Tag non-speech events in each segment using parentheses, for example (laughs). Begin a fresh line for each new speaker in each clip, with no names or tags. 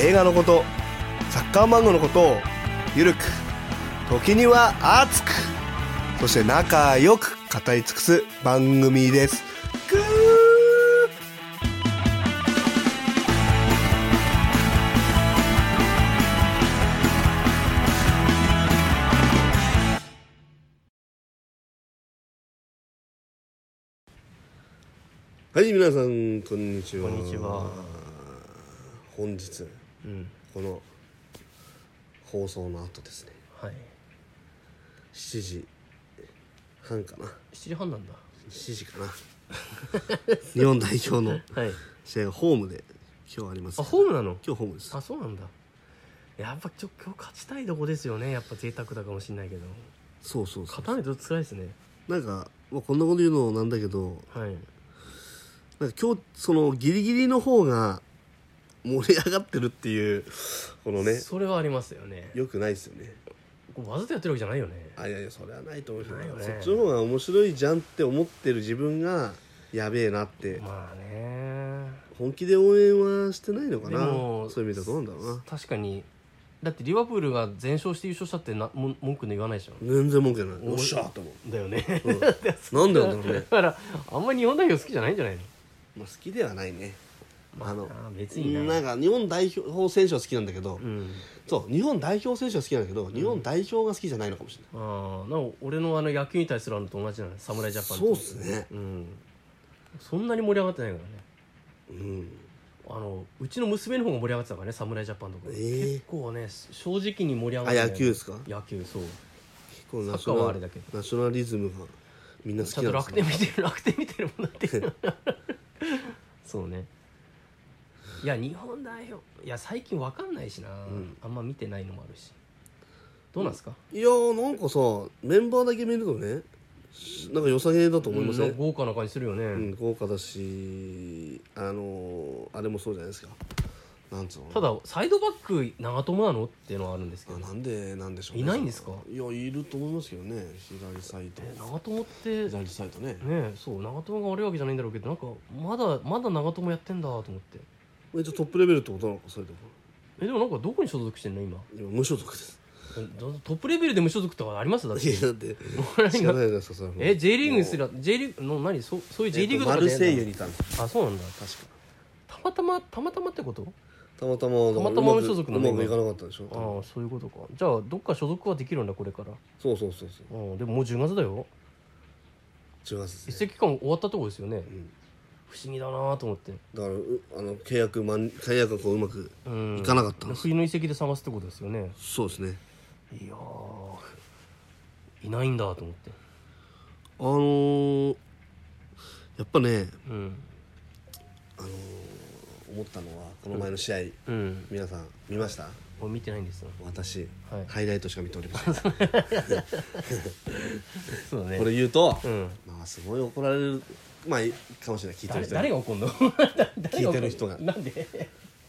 映画のことサッカー漫画のことをゆるく時には熱くそして仲良く語り尽くす番組ですぐーはい皆さんこんにちは
こんにちは
本日
うん
この放送の後ですね
はい
7時半かな
7時半なんだ
7時かな (laughs) 日本代表の
はい
試合がホームで今日あります
あ
今
ホームなの
日ホームです
あそうなんだやっぱちょ今日勝ちたいとこですよねやっぱ贅沢だかもしれないけど
そうそうそ
勝たないと辛いですね
うなんか、まあ、こんなこと言うのなんだけど
はい
なんか今日そのギリギリの方が盛り上がってるっていうこのね
それはありますよね
よくないですよね
こうわざとやってるわけじゃないよね
あいやいやそれはないと思うけど
ないよね
そっちの方が面白いじゃんって思ってる自分がやべえなって
まあね
本気で応援はしてないのかな
でも
そういう意味だとどうなんだろうな
確かにだってリバプールが全勝して優勝したってなもん文句の言わないじゃん
全然文句ない
お
おっしゃーと思う、
だよね
うん、なんでなんだろう
(laughs) だ
ね
からあんまり日本代表好きじゃないんじゃないの
(laughs) まあ好きではないねあの
あ別にな
なんか日本代表選手は好きなんだけど、
うん
そう日本代表選手は好きなんだけど、日本代表が好きじゃないのかもしれない
ああなんか俺のあの野球に対するあのと同じなの侍ジャパンと
そうっすね
うんそんなに盛り上がってないからね
うん
あのうちの娘の方が盛り上がってたからね侍ジャパンとか、
ええ
結構ね正直に盛り上が
あ
ってない
野球ですか
野球そう
結構ナ
ナ
シ
シ
ョナ
ョナルサッカー
ル
はあれだけ
ナショナリズムがみんな好き
ちゃん
な
と
んで
楽
す
天見てる (laughs) 楽天見てるもんなってきたそうねいや日本代表いや最近わかんないしな、
ん
あんま見てないのもあるしどうなんですか、
(laughs) いやーなんかさメンバーだけ見るとねなんか良さげだと思いません、
うん豪華な感じするよね、
うん、豪華だしあのーあれもそうじゃないですかなんつうの
ただサイドバック長友なのっていうのはあるんですけど
あなんでなんでしょう、ね、
いないんですか
いやいると思いますけどね左サイ
え
ド
長友ってね
左サイドね
えそう長友が悪いわけじゃないんだろうけどなんかまだまだ長友やってんだと思って
えじゃあトップレベルってことなのかそれとも
えでもなんかどこに所属してんの今
今無所属です
えどトップレベルで無所属とかありますだっ
い
て
やだって
俺
知
が
らないじゃないですかそれはもう
え J リーグにす
も
ら J リーグの何そうそういう
う
J リーグ
え
と
っと
かで
マルセイユにいたんです
あそうなんだ
確か
たまたまたまたまってこと
たまたま
たまたま無所属な
の
の
うまくいかなかったでしょ多
あ
分
あそういうことかじゃあどっか所属はできるんだこれから
そうそうそうそう
うんでももう10月だよ
違います
移
ね
籍期間終わったとこですよね
ん
不思議だなと思って
だからうあの契約まん契約がこううまく
うん
いかなかったんです
冬の遺跡で探すってことですよね
そうですね
いやーいないんだと思って
あのーやっぱね
うん
あのー思ったのはこの前の試合
うん
皆さん見ました
もう見てないんですよ
私
はい
ハイライトしか見ておりま
(laughs)
せんこ
そうだね
れ言うと
うん
まあすごい怒られるまあいいかもしれない聞いてる人
誰
に
誰が怒んの (laughs) 誰
聞
が怒
いてる人が
なんで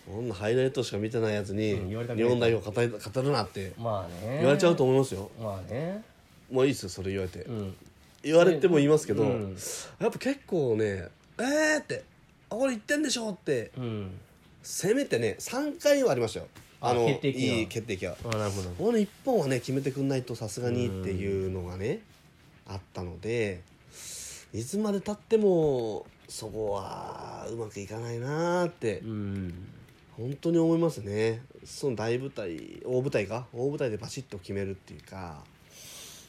こんなハイライトしか見てないやつに
うん言われたくな
日
い
本代表語り語るなって
まあね
言われちゃうと思いますよ
まあね
もういいっすよそれ言われて
うん
言われても言いますけど
うん
やっぱ結構ねえーってあこれ言ってんでしょって
うん
せめてね3回はありましたよあの
あ決定機が
いい決定機は
あなるほど
この1本はね決めてくんないとさすがにっていうのがねあったのでいつまでたってもそこはうまくいかないなーって
うん
本当に思いますねその大舞台大舞台か大舞台でバシッと決めるっていうか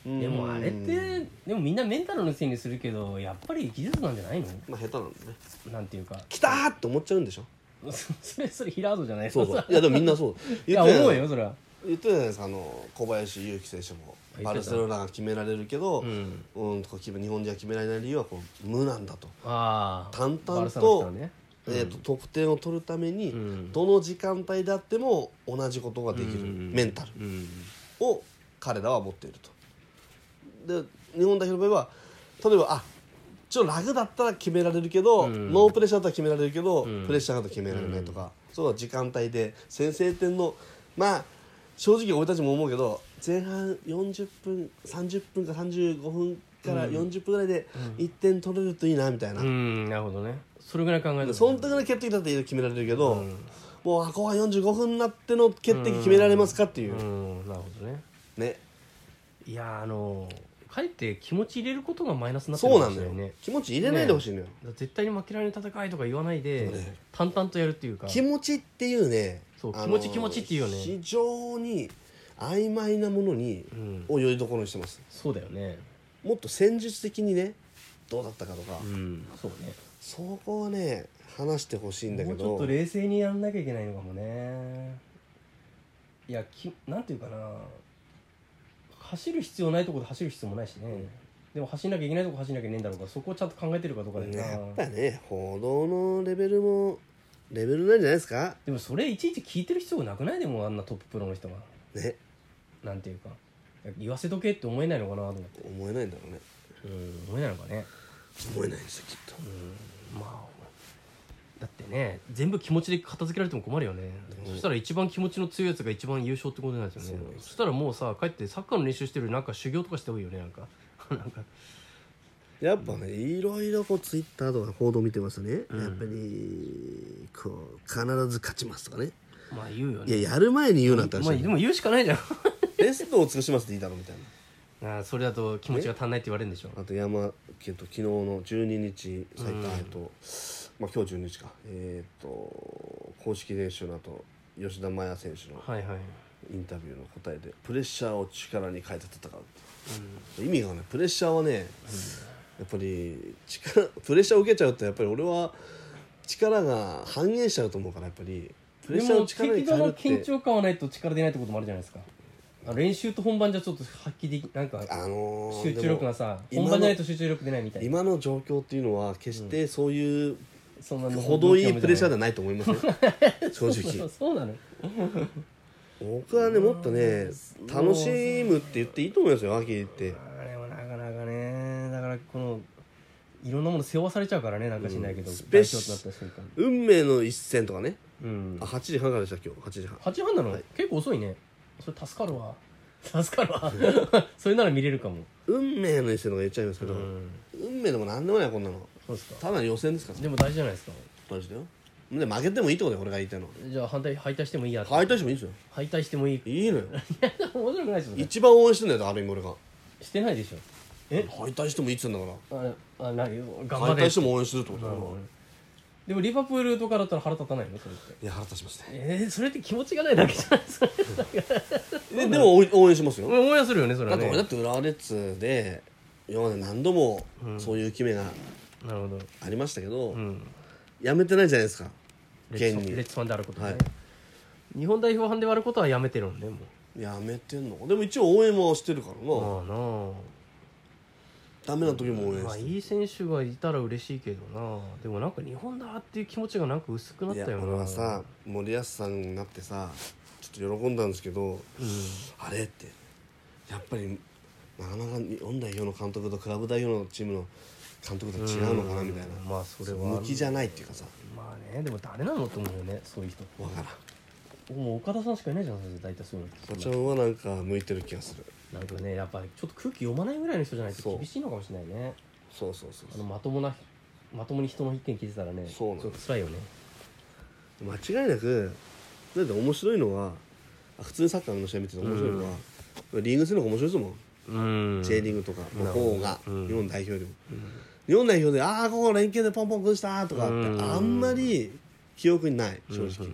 うん
でもあれってでもみんなメンタルのせいにするけどやっぱり技術なんじゃないの
まあ下手なんだね
なんていうか (laughs)
来たーって思っちゃうんでしょ
そそれそれヒラードじゃない
そう
(laughs)
そういやでもみんなそう
いや
言ってたじゃない
思うよそれは
言ってたじゃないですかあの小林勇輝選手も
あ言ってた
バルセロナが決められるけど、
うん
うん、こう決め日本人が決められない理由はこう無なんだと
ああ
淡々と
バルサの人はね
えーと得点を取るために、
うん
どの時間帯であっても同じことができる、
うん
メンタル
うん
を彼らは持っていると。で日本代表の場合は例えばあちょっとラグだったら決められるけど、
うん
ノープレッシャーだったら決められるけど、
うん
プレッシャーだったら決められないとか、そうだ時間帯で先制点のまあ正直俺たちも思うけど前半40分30分か35分から40分ぐらいで1点取れるといいなみたいな、
うんなるほどねそれぐらい考えた
その時の決定機だって決められるけど、
うん
もうあ後半45分になっての決定機決められますかっていう、
うんなるほどね
ね
いやーあのーかえって気持ち入れることがマイナスになって
そう
か
な
も
ん
し
だ
れ
よ、
いね
気持ち入れないでほしいのよ、
だから絶対に負けられる戦いとか言わないで
そうね
淡々とやるっていうか
気持ちっていうね
そう
あの
気持ち気持ちっていうよね
非常に曖昧なものに、
うん
をよりどころにしてます
そうだよね
もっと戦術的にねどうだったかとか、
うんそうね
そこはね話してほしいんだけ
もうちょっ
ど
と冷静にやんなきゃいけないのかもねいやきなんていうかな走る必要ないところで走る必要もないしね、でも走んなきゃいけないとこ走んなきゃいけないんだろうからそこをちゃんと考えてるかどうかだよ
ね
な、
やっぱね報道のレベルもレベルなんじゃないですか
でもそれいちいち聞いてる必要なくないでもあんなトッププロの人が
ね
なんていうかいや言わせとけって思えないのかなと思って
思えないんだろうね
うん思えないのかね
思えないんですよきっと
うんまあだってね全部気持ちで片付けられても困るよねそしたら一番気持ちの強いやつが一番優勝ってことになるんですよね
そうなんです
そしたらもうさ帰ってサッカーの練習してるなんか修行とかした方がいいよねなんか (laughs) なんか
やっぱねいろいろこうツイッターとか報道見てますとね、
ん
やっぱりこう必ず勝ちますとかね
まあ言うよ
い
ね
ややる前に言うなって
まあ
話
でも言うしかないじゃん
ベストを尽くしますでいいだろうみたいな
(laughs) ああそれだと気持ちが足んないって言われるんでしょ
あと山県と昨日の12日最
うん
えっとまあ今日12日かえっ、と公式練習の後吉田麻也選手の
はいはい
インタビューの答えでプレッシャーを力に変えて戦うって、意味がねプレッシャーはね、やっぱり力プレッシャーを受けちゃうとやっぱり俺は力が半減しちゃうと思うからやっぱりプレ
で
ッシャーを
も
力に変
適度
え
な
るって
緊張感はないと力出ないってこともあるじゃないですかあ練習と本番じゃちょっと発揮できなんか
あのー
集中力がさ
でも
本番じゃないと集中力出ないみたいな
今の状況っていうのは決してそういう
そんな
程いいプレッシャーではないと思います
(laughs)
ね正
そ
直
うそうなの
僕はねもっとね楽しむって言っていいと思いますよ秋って
あれもなかなかねだからこのいろんなもの背負わされちゃうからねなんかしないけど、
うんスペ
代
シ
表となった瞬間
運命の一戦とかね
うん
あ8時半からでした今日8時半
8時半なの、
はい
結構遅いねそれ助かるわ助かるわ (laughs) それなら見れるかも、
運命の一戦とか言っちゃいますけど、
うん
運命でもなんでもないこんなの
そうですか
ただの予選ですから
でも大事じゃないですか
マジでよで負けてもいいってことだよ俺が言いたいのは
じゃあ反対敗退してもいいや
敗退してもいいですよ
敗退してもいい
い
(laughs)
いのよ
面白くないですよね
一番応援してんだよある意味俺が
してないでしょえ
敗退してもいいって言うんだか
ああなに
ら
頑張
敗
れ
退しても応援するってことだ
な
から
るほどねでもリバプールとかだったら腹立たないのそれって
いや腹立ちますね
えー、それって気持ちがないだけじゃないそ
(laughs)
れ
ででも応援応援しますよ
思い出するよねそれ
だ
は
って
ね
俺だって浦和レッズで今まで何度もそういう決めが
なるほど
ありましたけど、
うん
やめてないじゃないですか
レッ
現
ツレ
に
ッツファンであることね、
はい
日本代表班で割ることはやめてるんでも
やめてんのかでも一応応援はしてるから
う
な
まあな
ダメな時も応
あ
援
まあ
してる、
いい選手がいたら嬉しいけどなでもなんか日本だっていう気持ちがなんか薄くなっ
いや
たよな
俺はさ森保さんになってさちょっと喜んだんですけど、あれってやっぱりなかなか日本代表の監督とクラブ代表のチームの監督と違うのかなみたいな、
まあそれは
向きじゃないっていうかさ
まあねでも誰なのと思うよねそういう人
わからん
もう岡田さんしかいないじゃん大体そういう
お
の
ちゃんはなんか向いてる気がする
なんかねやっぱちょっと空気読まないぐらいの人じゃない
そ
と
う
厳しいのかもしれないね
そうそうそう
あ
そう
のまともなまともに人の意見聞いてたらね
そうなの
ちょっと辛いよね
間違いなくだって面白いのはあ普通にサッカーの試合見てて面白いのは、リーグ戦の方が面白いですもん、
うん
J リーグとか
うん
の方が、
うん
日本代表よりも、日本代表でああここ連携でポンポン崩したとかって、
うん
あんまり記憶にない正直、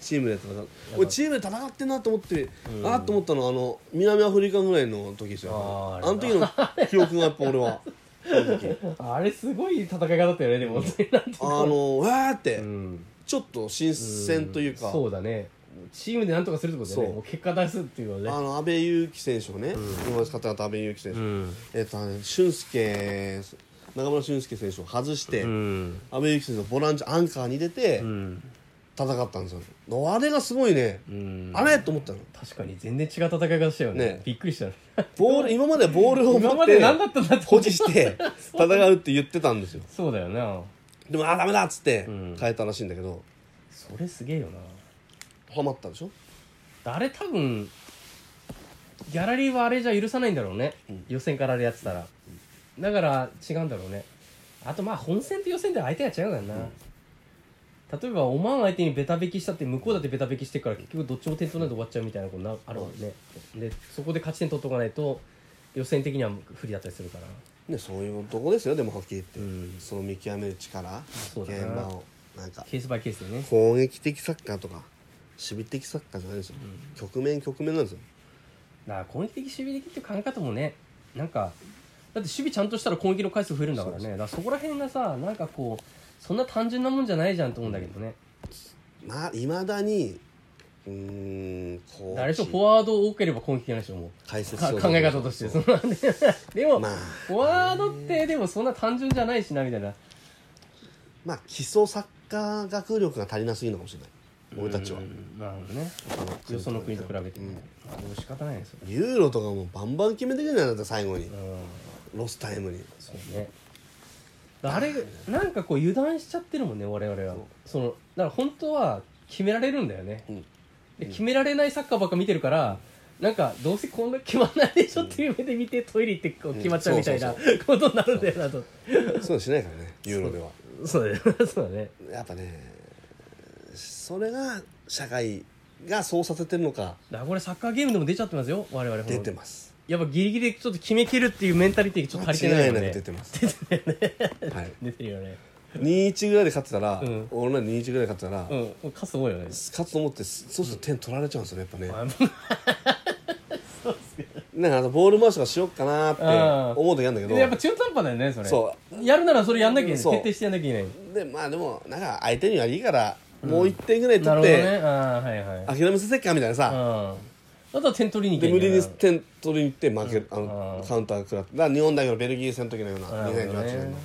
チームで戦う俺チームで戦ってんなと思って、ああと思ったのはあの南アフリカぐらいの時ですよ
あ
あ
ー
の時の記憶がやっぱ俺は正直
(laughs) あれすごい戦い方だったよねでも本当になんていう
あ
の
のわーって、
うん
ちょっと新鮮というか、
そうだねチームでなんとかするってことだ
そ
よね
う
もう結果出すっていうの
あ
はね
の安倍勇樹選手をね、今まで使ってなかった安倍勇樹選手、
ん
えっとね俊介中村俊輔選手を外して、
うん
阿部勇樹選手のボランチアンカーに出て
うん
戦ったんですよ、あれがすごいね、
うん
あれと思ったの
確かに全然違う戦い方したよね
ね
びっくりした
ボール今までボールを
今
持
ま
っ
で
て
何だったんだって
保持して戦うって言ってたんですよ
そうだよな
でもあダメだっつって
うん
変えたらしいんだけど、
それすげえよな
ハマったでしょ
あれ多分ギャラリーはあれじゃ許さないんだろうね、
ん
予選からあれやってたら、だから違うんだろうねあとまあ本戦と予選で相手が違うからな、例えばオマーン相手にベタべきしたって向こうだってベタべきしてるから結局どっちも点取らないで終わっちゃうみたいなことなあるもんね、でそこで勝ち点取っとかないと予選的には不利だったりするから
ね、そういうとこですよでもはっきり言って、
うん
その見極める力
そうだな
現場をなんか
ケースバイケースでね
攻撃的サッカーとか守備的サッカーじゃないですよ、局面局面なんですよ
だから攻撃的守備的っていう考え方もねなんかだって守備ちゃんとしたら攻撃の回数増えるんだからね
そう
だからそこら辺がさなんかこうそんな単純なもんじゃないじゃんと思うんだけどね、
まあいまだにうーんこ
誰しもフォワード多ければ攻撃ないでしょもう
解説
か (laughs) 考え方としてそ
そう
の
(laughs)
でも、
まあ
フォワードってでもそんな単純じゃないしなみたいな
まあ基礎サッカー学力が足りなすぎるのかもしれない俺たちは
うんなるほどね
他の
よその国と比べて、
うん
もう仕方ないですよね
ユーロとかもバンバン決めてくるんじゃないですか最後に
うん
ロスタイムに
そうねあれなんかこう油断しちゃってるもんね我々は
そう
そのだから本当は決められるんだよね、
うん
で決められないサッカーばっか見てるからなんかどうせこんな決まんないでしょっていう目で見てトイレ行ってこう決まっちゃうみたいな
うん
ことになるんだよな
そ
と
ういうのしないからねユーロでは
(laughs) そうだよそうだね
やっぱねそれが社会がそうさせてるのか
だからこれサッカーゲームでも出ちゃってますよ我々ほんと
出てます
やっぱギリギリでちょっと決めきるっていうメンタリティーがちょっと足りてないよ
間違いな
ね
く出てます
出てるよね
はい
出てるよね
2-1ぐらいで勝ってたら、
うん
俺ら2-1ぐらいで勝ってたら、
うんもう勝つと思うよね
勝つと思ってそうすると点取られちゃうんですよねやっぱね、
あ
なんかあのボール回しとかしよっかなーって思う時あるんだけど、
(laughs) やっぱ中途半端だよねそれ
そ
やるならそれやんなきゃいけない
そう
徹底してやんなきゃいけない
でまあでもなんか相手にはいいからもう1点ぐらい
なる
取っ
ほど
て、
ねああはいはい
諦めさせっかみたいなさ、
うんあとは点取りに行
で
けば
無
い
理
いん
に
だな
点取りに行って負ける、あ
う
の
ん
カウンター食らってだから日本代表ベルギー戦の時のような
なるほどね
2018年の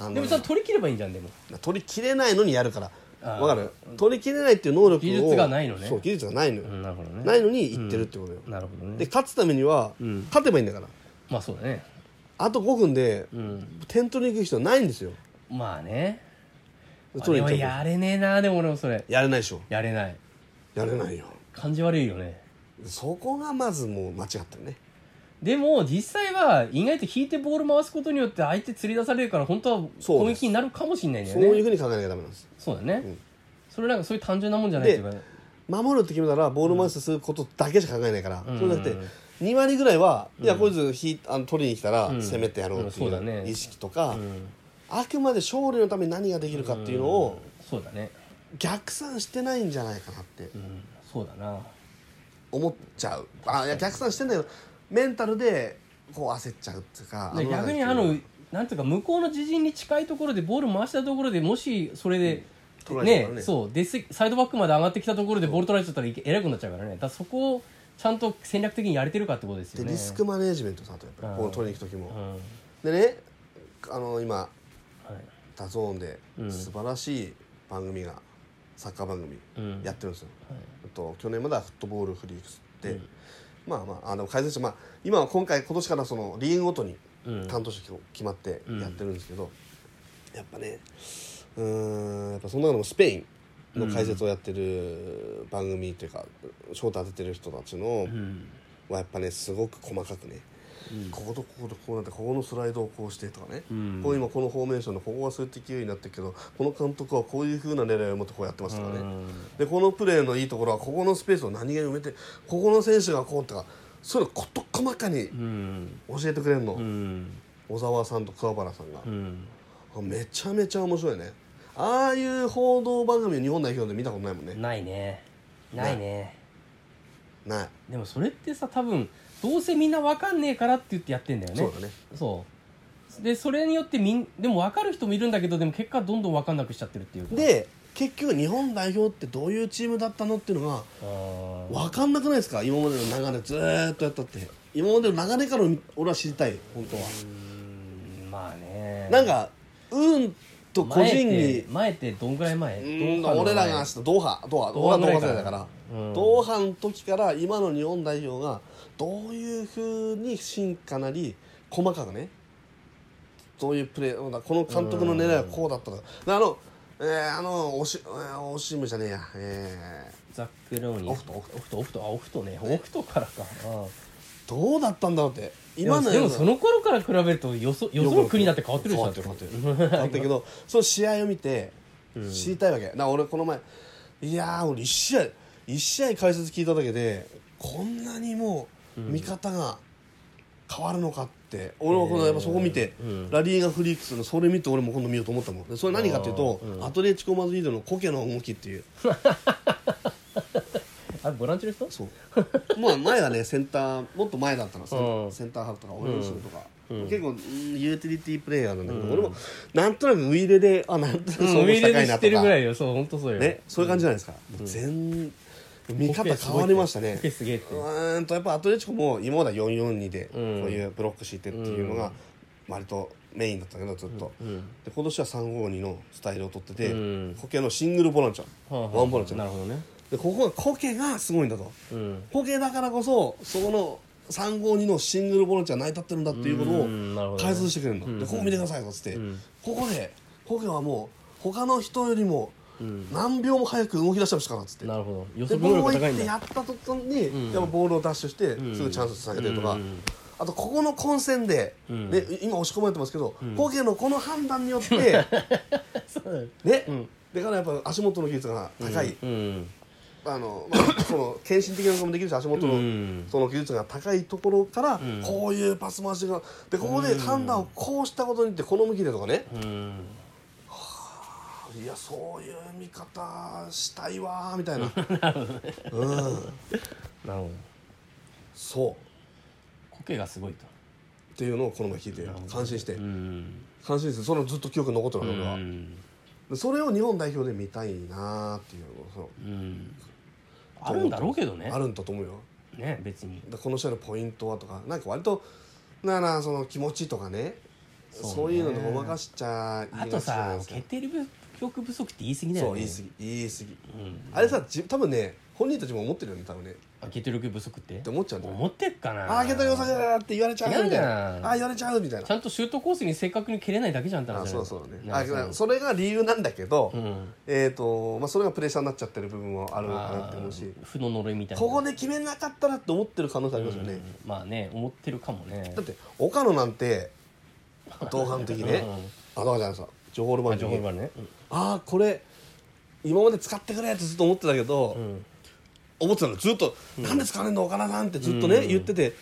あの
でもちゃんと取り切ればいいんじゃんでも
取りきれないのにやるから
あー
わかる取りきれないっていう能力を
技術がないのね
そう技術がないのよ、
なるほどね
ないのにいってるってことよ、
なるほど
で
ね
勝つためには、
ん
勝てばいいんだから
まあそうだね
あと5分で
うん
点取りに行く人はないんですよ
まあねあ
取
れ
りに行
は
っちゃう
やれねえなでも俺もそれ
やれないでしょ
やれない
やれないよ
感じ悪いよね
そこがまずもう間違ったね
でも実際は意外と引いてボール回すことによって相手釣り出されるから本当は
そう
攻
です
撃になるかもしれないんだ
そうい
よ
う
ね
ふうに考えなきゃダメなんです
そうだね
うん
それなんかそういう単純なもんじゃないっていうか
守るって決めたらボール回しすることだけしか考えないから、
うん
そうじゃなくて2割ぐらいは、いやこいつひあの取りに来たら
うん
攻めてやろうってい
うんそうだね
う意識とか、
うん
あくまで勝利のために何ができるかっていうのを
そうだね
逆算してないんじゃないかなって
うんそうだな
思っちゃう、あいや逆算してんだけどメンタルでこう焦っちゃうっていうか
で逆にあのなんていうか向こうの自陣に近いところでボール回したところでもしそれで、
取られちゃう
ね
からね
そうでサイドバックまで上がってきたところでボール取られちゃったらいけ偉くなっちゃうからねだからそこをちゃんと戦略的にやれてるかってことですよ
で
ね
リスクマネジメントさとやっぱり
うん
ボール取りに行く時
うん
も、
は
でねあの今
い
ダゾーンで
うん
素晴らしい番組が、サッカー番組
うん
やってるんですよ、
はい
えっと去年まではフットボールフリークスって、まあまああの改善して、まあ、今は今回今年からそのリーグごとに
うん
担当者決まってやってるんですけど、やっぱねうーんやっぱその中でもスペインの解説をやってる番組というかショート当ててる人たちの
うん
はやっぱねすごく細かくね、こことこことこうなってここのスライドをこうしてとかね、
うん
こう今このフォーメーションのここがそういった勢いになってるけどこの監督はこういうふうな狙いを持ってこうやってますとかね、
うん
でこのプレーのいいところはここのスペースを何気に埋めてここの選手がこうとかそういうのこと細かに
うん
教えてくれるの、
うん
小沢さんと桑原さんが
う、ん
めちゃめちゃ面白いねああいう報道番組を日本代表で見たことないもんね
ないねないね
ない
でもそれってさ多分どうせみんなわかんねえからって言ってやってんだよね
そうだね
そうでそれによってみんでも分かる人もいるんだけどでも結果どんどん分かんなくしちゃってるっていうか
で結局日本代表ってどういうチームだったのっていうのが
あー
分かんなくないですか今までの流れずーっとやったって今までの流れから俺は知りたい本当は
うーんまあねね
なんか運と個人
前っ
に
て前ってどんぐらい前
うん
ドーハの前
俺らが知ったドーハドーハドーハドーハ世代だから、
うん
ドーハの時から今の日本代表がどういうふうに進化なり細かくねどういうプレーこの監督の狙いはこうだったとかであのえー、あのおし、えー、おしむじゃねえやえ
ザック・ローニー
オフトオフ
オフトオフトあオフトねオフトからかああ
ー、どうだったんだろうって
今
今
の
の
で
やつ
もその頃から比べるとよそよその国だって変わってるでしょ
変わってる変わってる変わってるけどその試合を見て知りたいわけ、な俺この前いやー俺1試合一試合解説聞いただけでこんなにもう見方が変わるのかって、俺はこのやっぱそこ見て、
うん
ラリーがフリークスのそれ見て俺も今度見ようと思ったもんでそれ何かっていうと、
あーうん
アトレチコ・マドリードのコケの動きっていう
(laughs) あれボランチの人
そうまあ前はねセンターもっと前だったのセン,、
うん
センターハーフとかオレンジとか、
うん
結構、うんユーティリティープレイヤーなんだけど、俺もなんとなくウイイレであなんとなく
そう
思
上
した
で
かい
知
な
っ
と
てる
か、
ぐらいよそう本当そうよ
ね、そういう感じじゃないですか、もう全見方変わりましたね
オッケーすげえって
うーんとやっぱアトレチコも今までは442でこう
うん
いうブロック敷いてっていうの
う
が割とメインだったけどずっと、
うん
で今年は352のスタイルを取ってて、
うん
コケのシングルボランチャー
はあはあ
ワンボランチャー
なるほどね
でここがコケがすごいんだと。
うん
ポケだからこそそこの352のシングルボランチは成り立ってるんだっていうこ
うんな
と
るほ
を
どね
解説してくれるの、
うん
でここ見てくださいよっつって、
うん
ここでポケはもう他の人よりも
うん
何秒も早く動き出してほしいからっつって
なるほど予
で
測
ボー
能
ルを行
力高い
っ
ん
てや
だ
った途端に、
うん
やっぱボールをダッシュして、
ん
すぐチャンス下げてとか、
うんうんうん
あとここの混戦で、
うん
ね、今押し込まれてますけど、ポケのこの判断によって
(laughs) そう
ね、
ん
だからやっぱ足元の技術が高い、
うん
あの、まあ、その献身的なこともできるし足元の、
うん
その技術が高いところから、
ん
こういうパス回しがでここで判断をこうしたことによってこの向きでとかね、
うん
いやそういう見方したいわーみ
(laughs)
たいなうん
なるほど
そう
コケがすごいと
っていうのをこの前聞いて感心して、
うん
感心してそのずっと記憶に残ってるの俺は、
うん
でそれを日本代表で見たいなーっていうその
うんあるんだろうけどね
あるんだと思うよ
ね別に
でこの試合のポイントはとかなんか割となあなあその気持ちとかねそういうのでごまかしちゃいがちな
あ
んで
と
すよ
さ決定力不足って言い過ぎだ
そ
よ
う
ね
言い過ぎ言い過ぎ
うん
あれさじ多分ね本人たちも思ってるよね多分ね
あ決定力不足って
って思っちゃうんだよね
思ってっ
「
かな
ああーゲトリオサだ!」って言われちゃうみたい
嫌
な「
だ
ああー言われちゃう」みたい
ちゃ
なん
とシュートコースに正確に蹴れないだけじゃんって
あ
話
そうそうだね
な
あ
んか
それが理由なんだけど、
うん
えっ、と、まあ、それがプレッシャーになっちゃってる部分もあるのかなって思うし
あー負の呪いみたいな
ここで決めなかったらって思ってる可能性ありますよね、
うんまあね思ってるか
(laughs)
もね
だって岡野なんて同伴的ね
うんうん
あだからじゃないさジョホールバ
あ
ン
ジ
ジョ
ョホールバルね
ああこれ今まで使ってくれってずっと思ってたけど、
うん
思ってたのずっと「なんで使わねえんだ岡田さん」ってずっとね、
うん
言ってて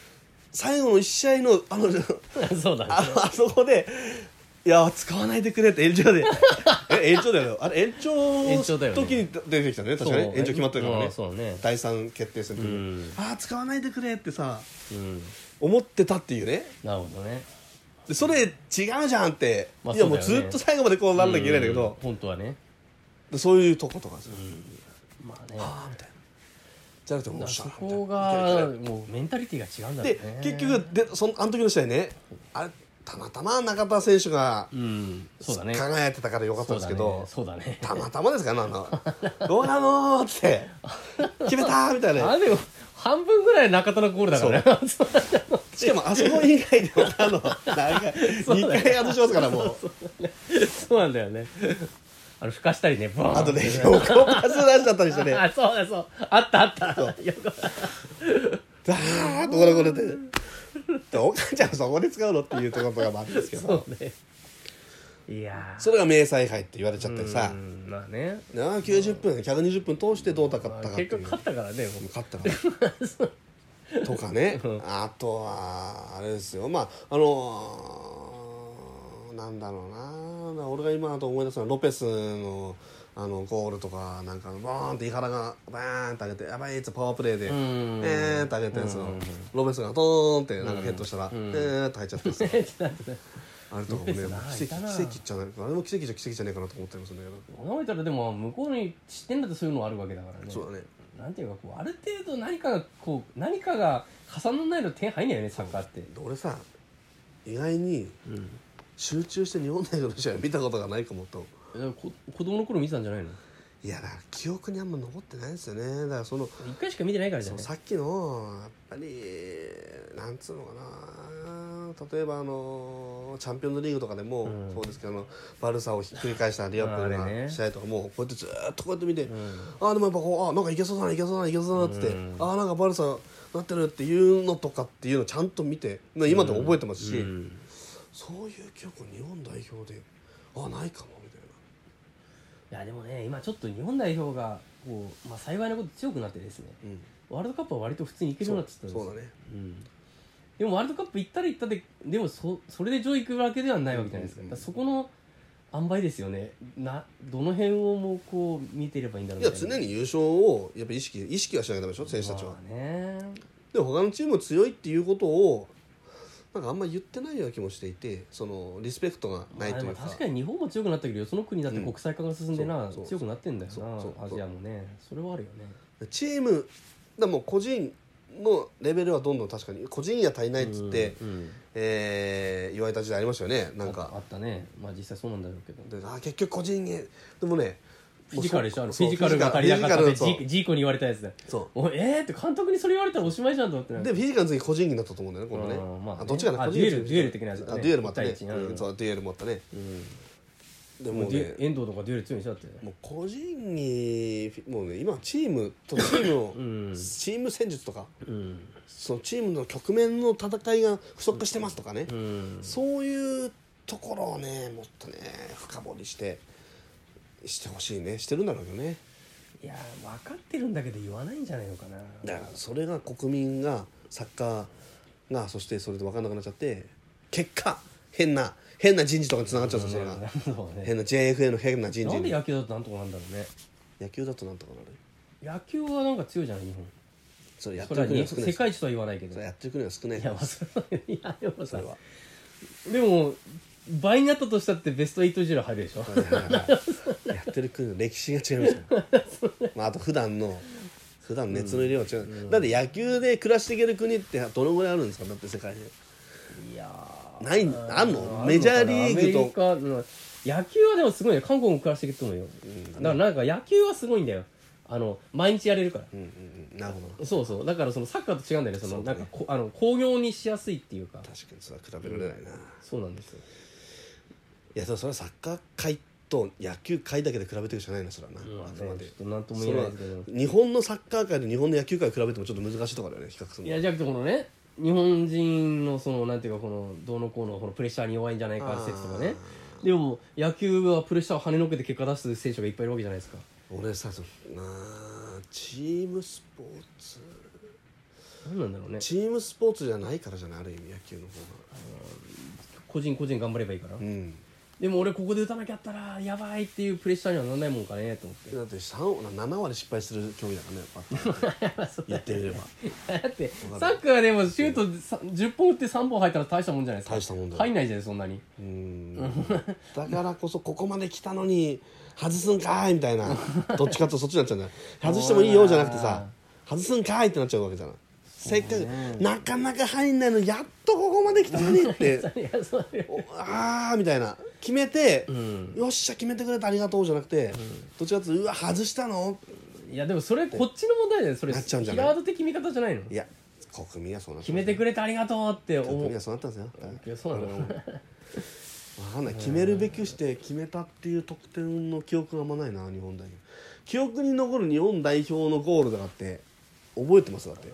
最後の1試合のあの
うん (laughs) そうだ
あ
ね
のあそこで「いや使わないでくれ」って延長
(laughs)
でえ延長だよあれ延長
延長だよね
時に出てきたね確かね
そう
延長決まってるから
うん
ね
そうね
第3決定戦の時に、
うん
ああ使わないでくれってさ
うん
思ってたっていうね
なるほどね
でそれ違うじゃんって、
まあ
いや
そう
も
だ
う
よね
ずっと最後までこうなんなきゃいけないんだけど、
本当はね
でそういうとことかですよ、
まあね
ああみたいなじゃなくてもう
そ
さ
こ
みたいな
がもうメンタリティーが違うんだろ
で
うね
結局でそのあの時の試合ねあれたまたま中田選手が
うんそうだね
輝いてたからよかったんですけど、
そうだね
たまたまですからねあの「どうなの?」って「決めた!」みたいな
あでも半分ぐらい中田のゴールだからねそう
しかもあそこ以外でもあのなんか
そうだね
2回外しますからもう
(laughs) そうなんだよねあのふかしたりねボーン
あとね横パス出しちゃったりしてね
あそうだそうあったあった
そう
よく
「ダーッとこれこれで。でお母ちゃんそこで使うのっていうところとかもあるんですけど
そうねいやー
それが名采配って言われちゃってさ
うんまあね
なあ90分120分通してどうだったかっ
まあ
たかってい
結
う
局勝ったからねもう
勝ったから
(laughs)
とかねあとはあれですよまああのなんだろうなな俺が今だと思い出すのはロペスのあのゴールとかなんかボーンって井原がバーンって上げて「やばい」ってパワープレーで「え
ん
ー」って上げたやつをロペスがトーンってなんかヘッドしたら「えー」って入っちゃってさあれとかもね
ロペスな
奇
いた
跡
な
奇跡じゃないあれも奇跡じゃ奇跡じゃねえかなと思ったりもするんだけど
考えたらでも向こうに知ってんだってそういうのはあるわけだからね
そうだね
なんていうかこうある程度何かがこう何かが重ならないと点入んないよねサッカーって
で俺さ意外に
うん
集中して日本代表の試合見たことがないかもと
えだからこ (laughs) 子供の頃見てたんじゃないの
いやだから記憶にあんま残ってないですよねだからその
一回しか見てないからじゃ
そ
な
う
い
さっきのやっぱりなんつうのかな例えばあのチャンピオンズリーグとかでも
うん
そうですけど、あのバルサをひっくり返したリアップル
ああれ
な
ね
試合とかもこうやってずーっとこうやって見て、
ん
ああでもやっぱこうあなんかいけそうだないけそうだないけそうだなってって、
うん
ああなんかバルサなってるっていうのとかっていうのちゃんと見てな今でも覚えてますし、
うん
そういう記憶日本代表であないかもみたいない
やでもね今ちょっと日本代表がこう、まあ、幸いなこと強くなってですね、
うん
ワールドカップは割と普通に行けるようになってきたんです
そう
よ
そうだね
うんでもワールドカップ行ったら行ったででもそそれで上位行くわけではないわけじゃないですか,、
うん
そこの塩梅ですよねなどの辺をもうこう見てればいいんだろう
い
み
や
た
常に優勝をやっぱ意識意識はしなきゃダメでしょ選手たちは。
まあね
でも他のチームも強いっていうことをなんかあんま言ってないような気もしていてそのリスペクトがない
まあ
という
でも
か,、
確かに日本も強くなったけどよその国だって国際化が進んでな、
うんそうそう
強くなってんだよ
そうそうそう
なアジアもねそれはあるよね
チームだもう個人のレベルはどんどん確かに個人や足りないっつって、
うんうん
えー言われた時代ありましたよねなん
ああ
か
ったねまあ実際そうなんだろうけど
であー結局個人へでもね
フィジカルでしょあのフ
そう
ィジカルが足りなかったって
フィジカル
ジジーコに言われたやつだよ
そう
おえーって監督にそれ言われたらおしまいじゃんと思ってな
そ
ん
う
か
でフィジカルの次個人になったと思うんだよね今度ね,、
うんまあね
どっちかな
あ
個人技
デュエルデュエル的なやつだね
あデュエルもあったね
一対一うん
うんそうデュエルもあったね
うん
で
も
も
う
ね
デュ遠藤とかデュエル強いんでしょだって
もう個人にもうね今チームとチームを、
(laughs) うん
チーム戦術とか
うん
そのチームの局面の戦いが不足してますとかね、
うん
そういうところをねもっとね深掘りしてしてほしいねしてるんだろうけどね
いやー分かってるんだけど言わないんじゃないのかな
だからそれが国民がサッカーがそしてそれで分かんなくなっちゃって結果変な変な人事とかにつながっちゃうんですよそれが
そうね
変な JFA の変な人
なんで
事
野球だとなんとかなんだろうね
野球だとなんとかなる
野球はなんか強いじゃない日本
それやって
そ
る
れは
国は少
ね
ない
世界一とは言わないけ
そ
ど
れ
い
やってる国は少ない
やまあそれはいやでも
そ
さ
れは。
でも倍になったとしたってベスト8以上入るでしょ
やってる国の歴史が違
(laughs)
いますよ、まあ、あと普段の普段の熱の入れは違う、だって野球で暮らしていける国ってどのぐらいあるんですかだって世界で
いやー
ない
ー
あんの
かな
メジャーリーグと
アメリカうん野球はでもすごいね韓国も暮らしていくと思うよ、だからなんか野球はすごいんだよあの毎日やれるから、
うんうんうんなるほど
そうそうだからそのサッカーと違うんだよねその
そうだ
なん
ね
かこあの興行にしやすいっていうか
確かにそれは比べられないな、い
そうなんですよ
やそれはサッカー界と野球界だけで比べてるしかないなそれはな、
まあ
あ
ね
くまで
ちょっと何とも
そ
言え
れ
ない
は
ですけど
日本のサッカー界と日本の野球界を比べてもちょっと難しいところだよね比較する
い
の
やじゃなくてこのね日本人のそのなんていうかこのどうのこうのこのプレッシャーに弱いんじゃないか説とかねでも野球はプレッシャーを跳ねのけて結果出す選手がいっぱいいるわけじゃないですか
俺さそのなあチームスポーツ
何なんだろうね
チームスポーツじゃないからじゃないある意味野球の方が
個人個人頑張ればいいから、
うん
でも俺ここで打たなきゃったらやばいっていうプレッシャーにはならないもんかねと思って
だって3 7割失敗する競技だからねやっぱ
(laughs)
言ってみれば
だってサッカーでもシュートさ10本打って3本入ったら大したもんじゃないですか
大したもんだよ
入んないじゃんそんなに
うーんだからこそここまで来たのに外すんかーいみたいなどっちかとそっちになっちゃうんだよ外してもいいよじゃなくてさ外すんかーいってなっちゃうわけじゃないせっかくなかなか入んないのやっとここまで来たのにって
いや (laughs) そういや
おあーみたいな決めて、
ん
よっしゃ決めてくれてありがとうじゃなくて、どっちかというとうわ外したの
いやでもそれこっちの問題だよねそれ
なっちゃうんじゃ
キ
ない
ラード的見方じゃないの
いや国民はそうなっ
決めてくれてありがとうって
国
思
民は
う
そうなったんですよだから
いやそうなんだ
わかんない決めるべくして決めたっていう得点の記憶があんまないな日本代表記憶に残る日本代表のゴールとかって覚えてますだって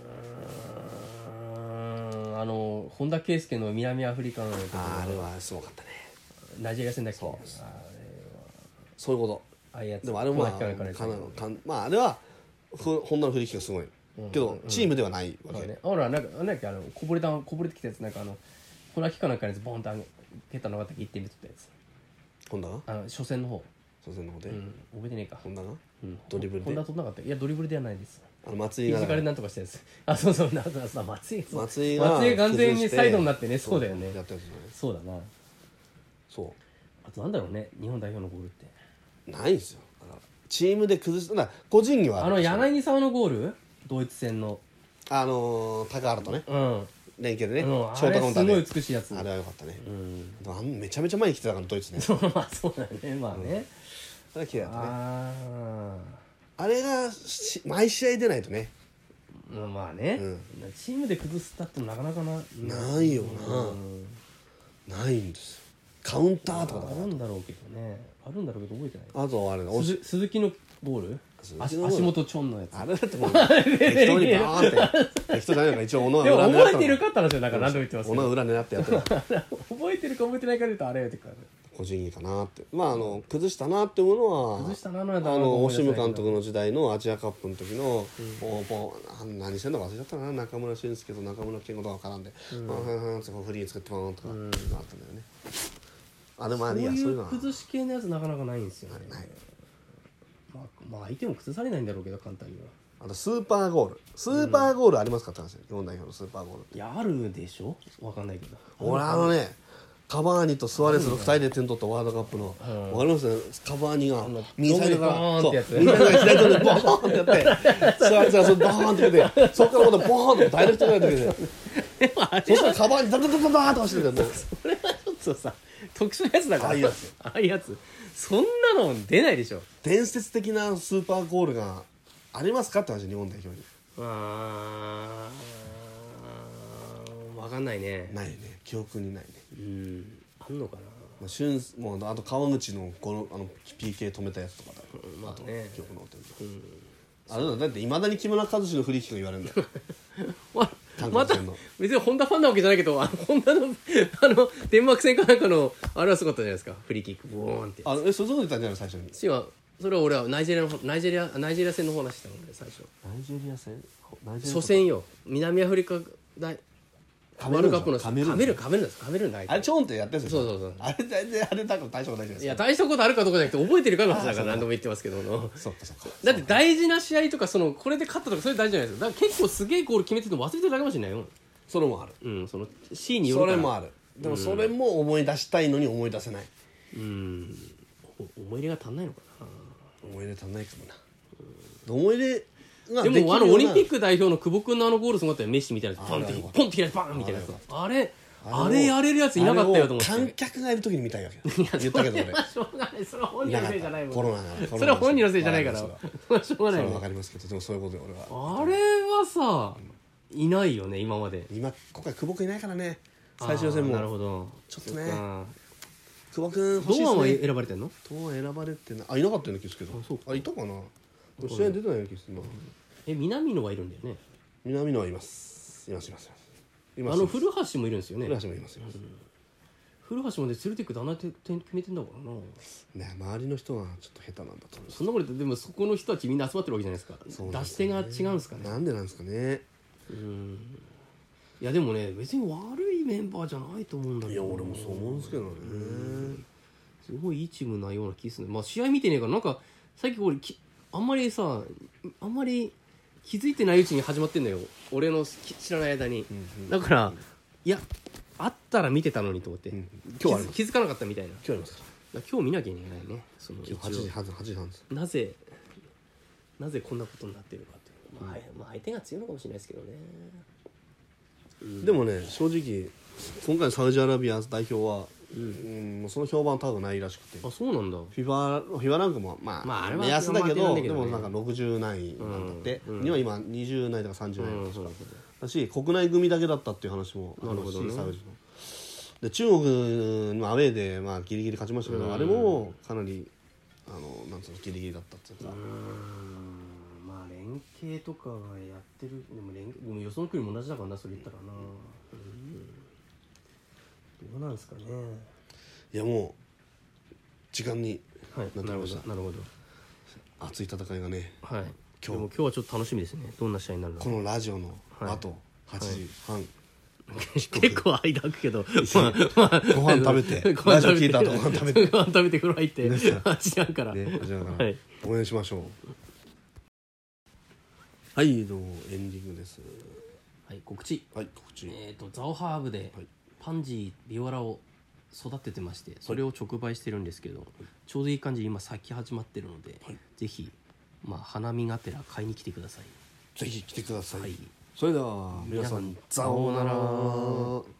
うーんあの本田圭佑の南アフリカの時
あーあれはすごかったね
ナイジェリア戦だっけあれは
そういうこ
ああいうやつ
とでもあれはまあ
コーナーキックから行か
か
れ
な
てる
かんまああれはほほんなの振り切りがすごいけどチームではないわ
まあ
け、
ね、ほらなんかなんだっけあのこぼれたこぼれてきたやつなんかあの粉木かなんかのやつボンと上げ蹴ったのがあったっけ1点目取ったやつ
本田が
あの初戦の方、
初戦の方で、
うん、覚えてねえか、
本田が
うん、
ドリブルで
本田取んなかったいやドリブルではないです
あの松井
フィ
が
ジカルなんとかしたやつあそうそうなんかさ松井そう
松井が
松井完全に
崩して
サイドになってねそうだよね
やったやつじゃない
そうだな
そう
あとなんだろうね日本代表のゴールって
ないんですよだからチームで崩しただから個人技は
あ
る
の柳沢のゴールドイツ戦の
あのー高原とね
うん
連携でね、
うん
ショートカウンターで
あれすごい美しいやつ
あれはよかったね
う、ん
でもあんめちゃめちゃ前に来てたからドイツね
そう (laughs) まあそうだねまあね、
あれ綺麗だったね
あ
あれがし毎試合出ないとね
あまあね、
うん
チームで崩すったってなかなかな
ないよな
うん
ないんですよカウンターとかだ
あ
か
るんだろうけどねあるんだろうけど覚えてない
らあとあれだおし
鈴鈴木のボール
鈴木の
足
ボール
足元ちょんのやつ
あれだってもう適当にバーンって適当じゃないのか一応小野は
でも
裏狙
覚
った
えて
の
るかって話はなんか何度も言ってます
小
け
野は
ど
裏狙ってやってる
(laughs) 覚えてるか覚えてないかで言うとあれよってか
個人技かなってまああの崩したなってものは
崩したな
あ
のやつは
の
思
オ
い
シ
出せな
ム
いけど
監督の時代のアジアカップの時の、もうもうあ何してんのか忘れちゃったな中村俊輔と中村健吾とか絡んで、うん、うんうんってこうフリー作ってもらうとか、あったんだよねあでもあ
こう
れいやそうい
いう
の
う
は
崩し系のやつなかなかないんですよね
ない
まあ、まあ相手も崩されないんだろうけど簡単には
あとスーパーゴールスーパーゴールありますかって話だよ日本代表のスーパーゴール
いやあるでしょわかんないけど
俺あのねカバーニとスアレスの2人で点取ったワールドカップの、わかりますカバーニが右サイドから
ドブリボーンってやつ
そう右サイドから左手でボーンってやってスアレスがそれボーンってやってそっからまたボーンってダイレクトぐらいでそしたらカバーニダダダダダーンって走ってるからもう
それはちょっとさ特殊なやつだから
ああいうやつ
ああいうやつそんなの出ないでしょ
伝説的なスーパーゴールがありますかって話日本代表に
あーわかんないね
ないね記憶にないね
うんあんのかな
まあ、俊もうあと川口のこのあの PK 止めたやつとかだよ、
まあ
と
ね
記憶のあれだだっていまだに木村和志のフリーキック言われるんだよ
ま
韓
ま
国
た
戦の
別にホンダファンなわけじゃないけどあのホンダのあのデンマーク戦かなんかのあれはすごかったじゃないですかフリーキックボーンって
あえそれどこで言ったんじゃないの最初に
しはそれは俺はナイジェリアの方ナイジェリアナイジェリア戦の方話してたもんね最初
ナイジェリア戦ナイジェリア
初戦よ南アフリカ大
カ
ワー
メルーン
ルドカップの
カメルーン
カメルーンカメルーンですカメルーンない
あれチョンってやってるんですよ
そうそうそう
あれ全然あれだから大したことないじゃない
い
で
や
すか
大したことあるかどうかじゃなくて覚えてるかの話だから何度も言ってますけどの
そっかそっか
だって大事な試合とかそのこれで勝ったとかそれ大事じゃないですかだから結構すげえゴール決めてるの忘れてるだけかもしれないよ
それもある
うんその C によ
そ
るか
れ
ら
もあるでもそれも思い出したいのに思い出せない、
うんお思い入れが足んないのか
思い出足んないかもな、思い出が
なでもあのオリンピッ
ク
ク代表の久保君のあのゴールすごかったよメッシみたいなやつポンって
あれは
ポンって開いてバーンみたいなやつあれあ
を
れやれるやついなかったよと思って
観客がいる時に見たいわけ
い
(laughs) 言
や
った
(laughs)
けど俺
それはしょうがないそれは本人のせいじゃないもん
コロナだから
それは本人のせいじゃないから
そ
(laughs) それはしょうが
れ
ない
は
も
分
ん
かりますけどでもそういうことで俺は
あれはさいないよね今まで
今今回久保君いないからね最終予
あ
選
ーなる
も
ほど
ちょっとね久
そか
保君欲しい
堂安は
ですね
選ばれてんの
堂安選ばれてないあいなかったような気がするけど
あそうか
あいたかなでも試合出てないような気がするな
え南野はいるんだよね
南野はいますいますいますいます
あの古橋もいるんですよね
古橋もいますいます
古橋までツルテックだなって点決めてんだからな
ね周りの人がちょっと下手なんだと思います
そんなこと言ってでもそこの人たちみんな集まってるわけじゃないですか
そうなん
出
で
し
すよ
手
ね
が違うんですかね
なんでなんですかね
うんいやでもね別に悪いメンバーじゃないと思うんだけ
い
ど
や俺もそう思うんですけどね
すごいいいチームなような気するねまあ試合見てねえからなんかさっき俺きあんまりさあんまり気づいてないうちに始まってんだよ俺のき知らない間に、だからいやあったら見てたのにと思って、
ん
気
今日あ
づ
ります
気づかなかったみたいなだか
今日ありますから
今日見なきゃいけないねその一
今日
応
8時半8時半です
なぜなぜこんなことになってるかっていう、まあまあ、相手が強いのかもしれないですけどね
でもね正直今回のサウジアラビア代表は、うん、その評判高くないらしくて
あそうなんだ
FIFA, FIFA ランクも、まあ
まああれは
目安だけ
まあ
ど
まあだけ
で
ど
も
ね
なんか60何位なんだって、
うん
には今20何位とか30何位
うん
と
そ
か
うだ
だし国内組だけだったっていう話もあるし
なるほどね
サウジの。で中国のアウェーで、まあ、ギリギリ勝ちましたけど、あれもかなりあのなんつうのギリギリだったっていうか、
うーんまあ連携とかがやってるでも連でもよその国も同じだからなそれ言ったらな、うんどうなんですかね
いやもう時間に
はい
なって
な
き
る
ま
ほ
し
ど
た
なるほど
熱い戦いがね
はい今
日
日でも今日はちょっと楽しみですねどんな試合になるの
こ
か
のラジオの
はい
後、8時半、
(laughs) 結構間空く (laughs) けど、 (laughs) まあまあ
ご飯食べ
(laughs)
て
ご飯食べ
ラジオ聞
て
いた後ご飯食べて
ご飯 (laughs) 食べて風呂入って8時半から、
ね、こちらから
はい
応援しましょう。はい、どうもエンディングです。
はい、告知
はい、告知。
えっ、とザオハーブで
はい
パンジービオラを育ててましてそれを直売してるんですけど、ちょうどいい感じに今咲き始まってるので、
はい
ぜひ、まあ、花見がてら買いに来てください
ぜひ来てください。
はい
それでは皆さんさようなら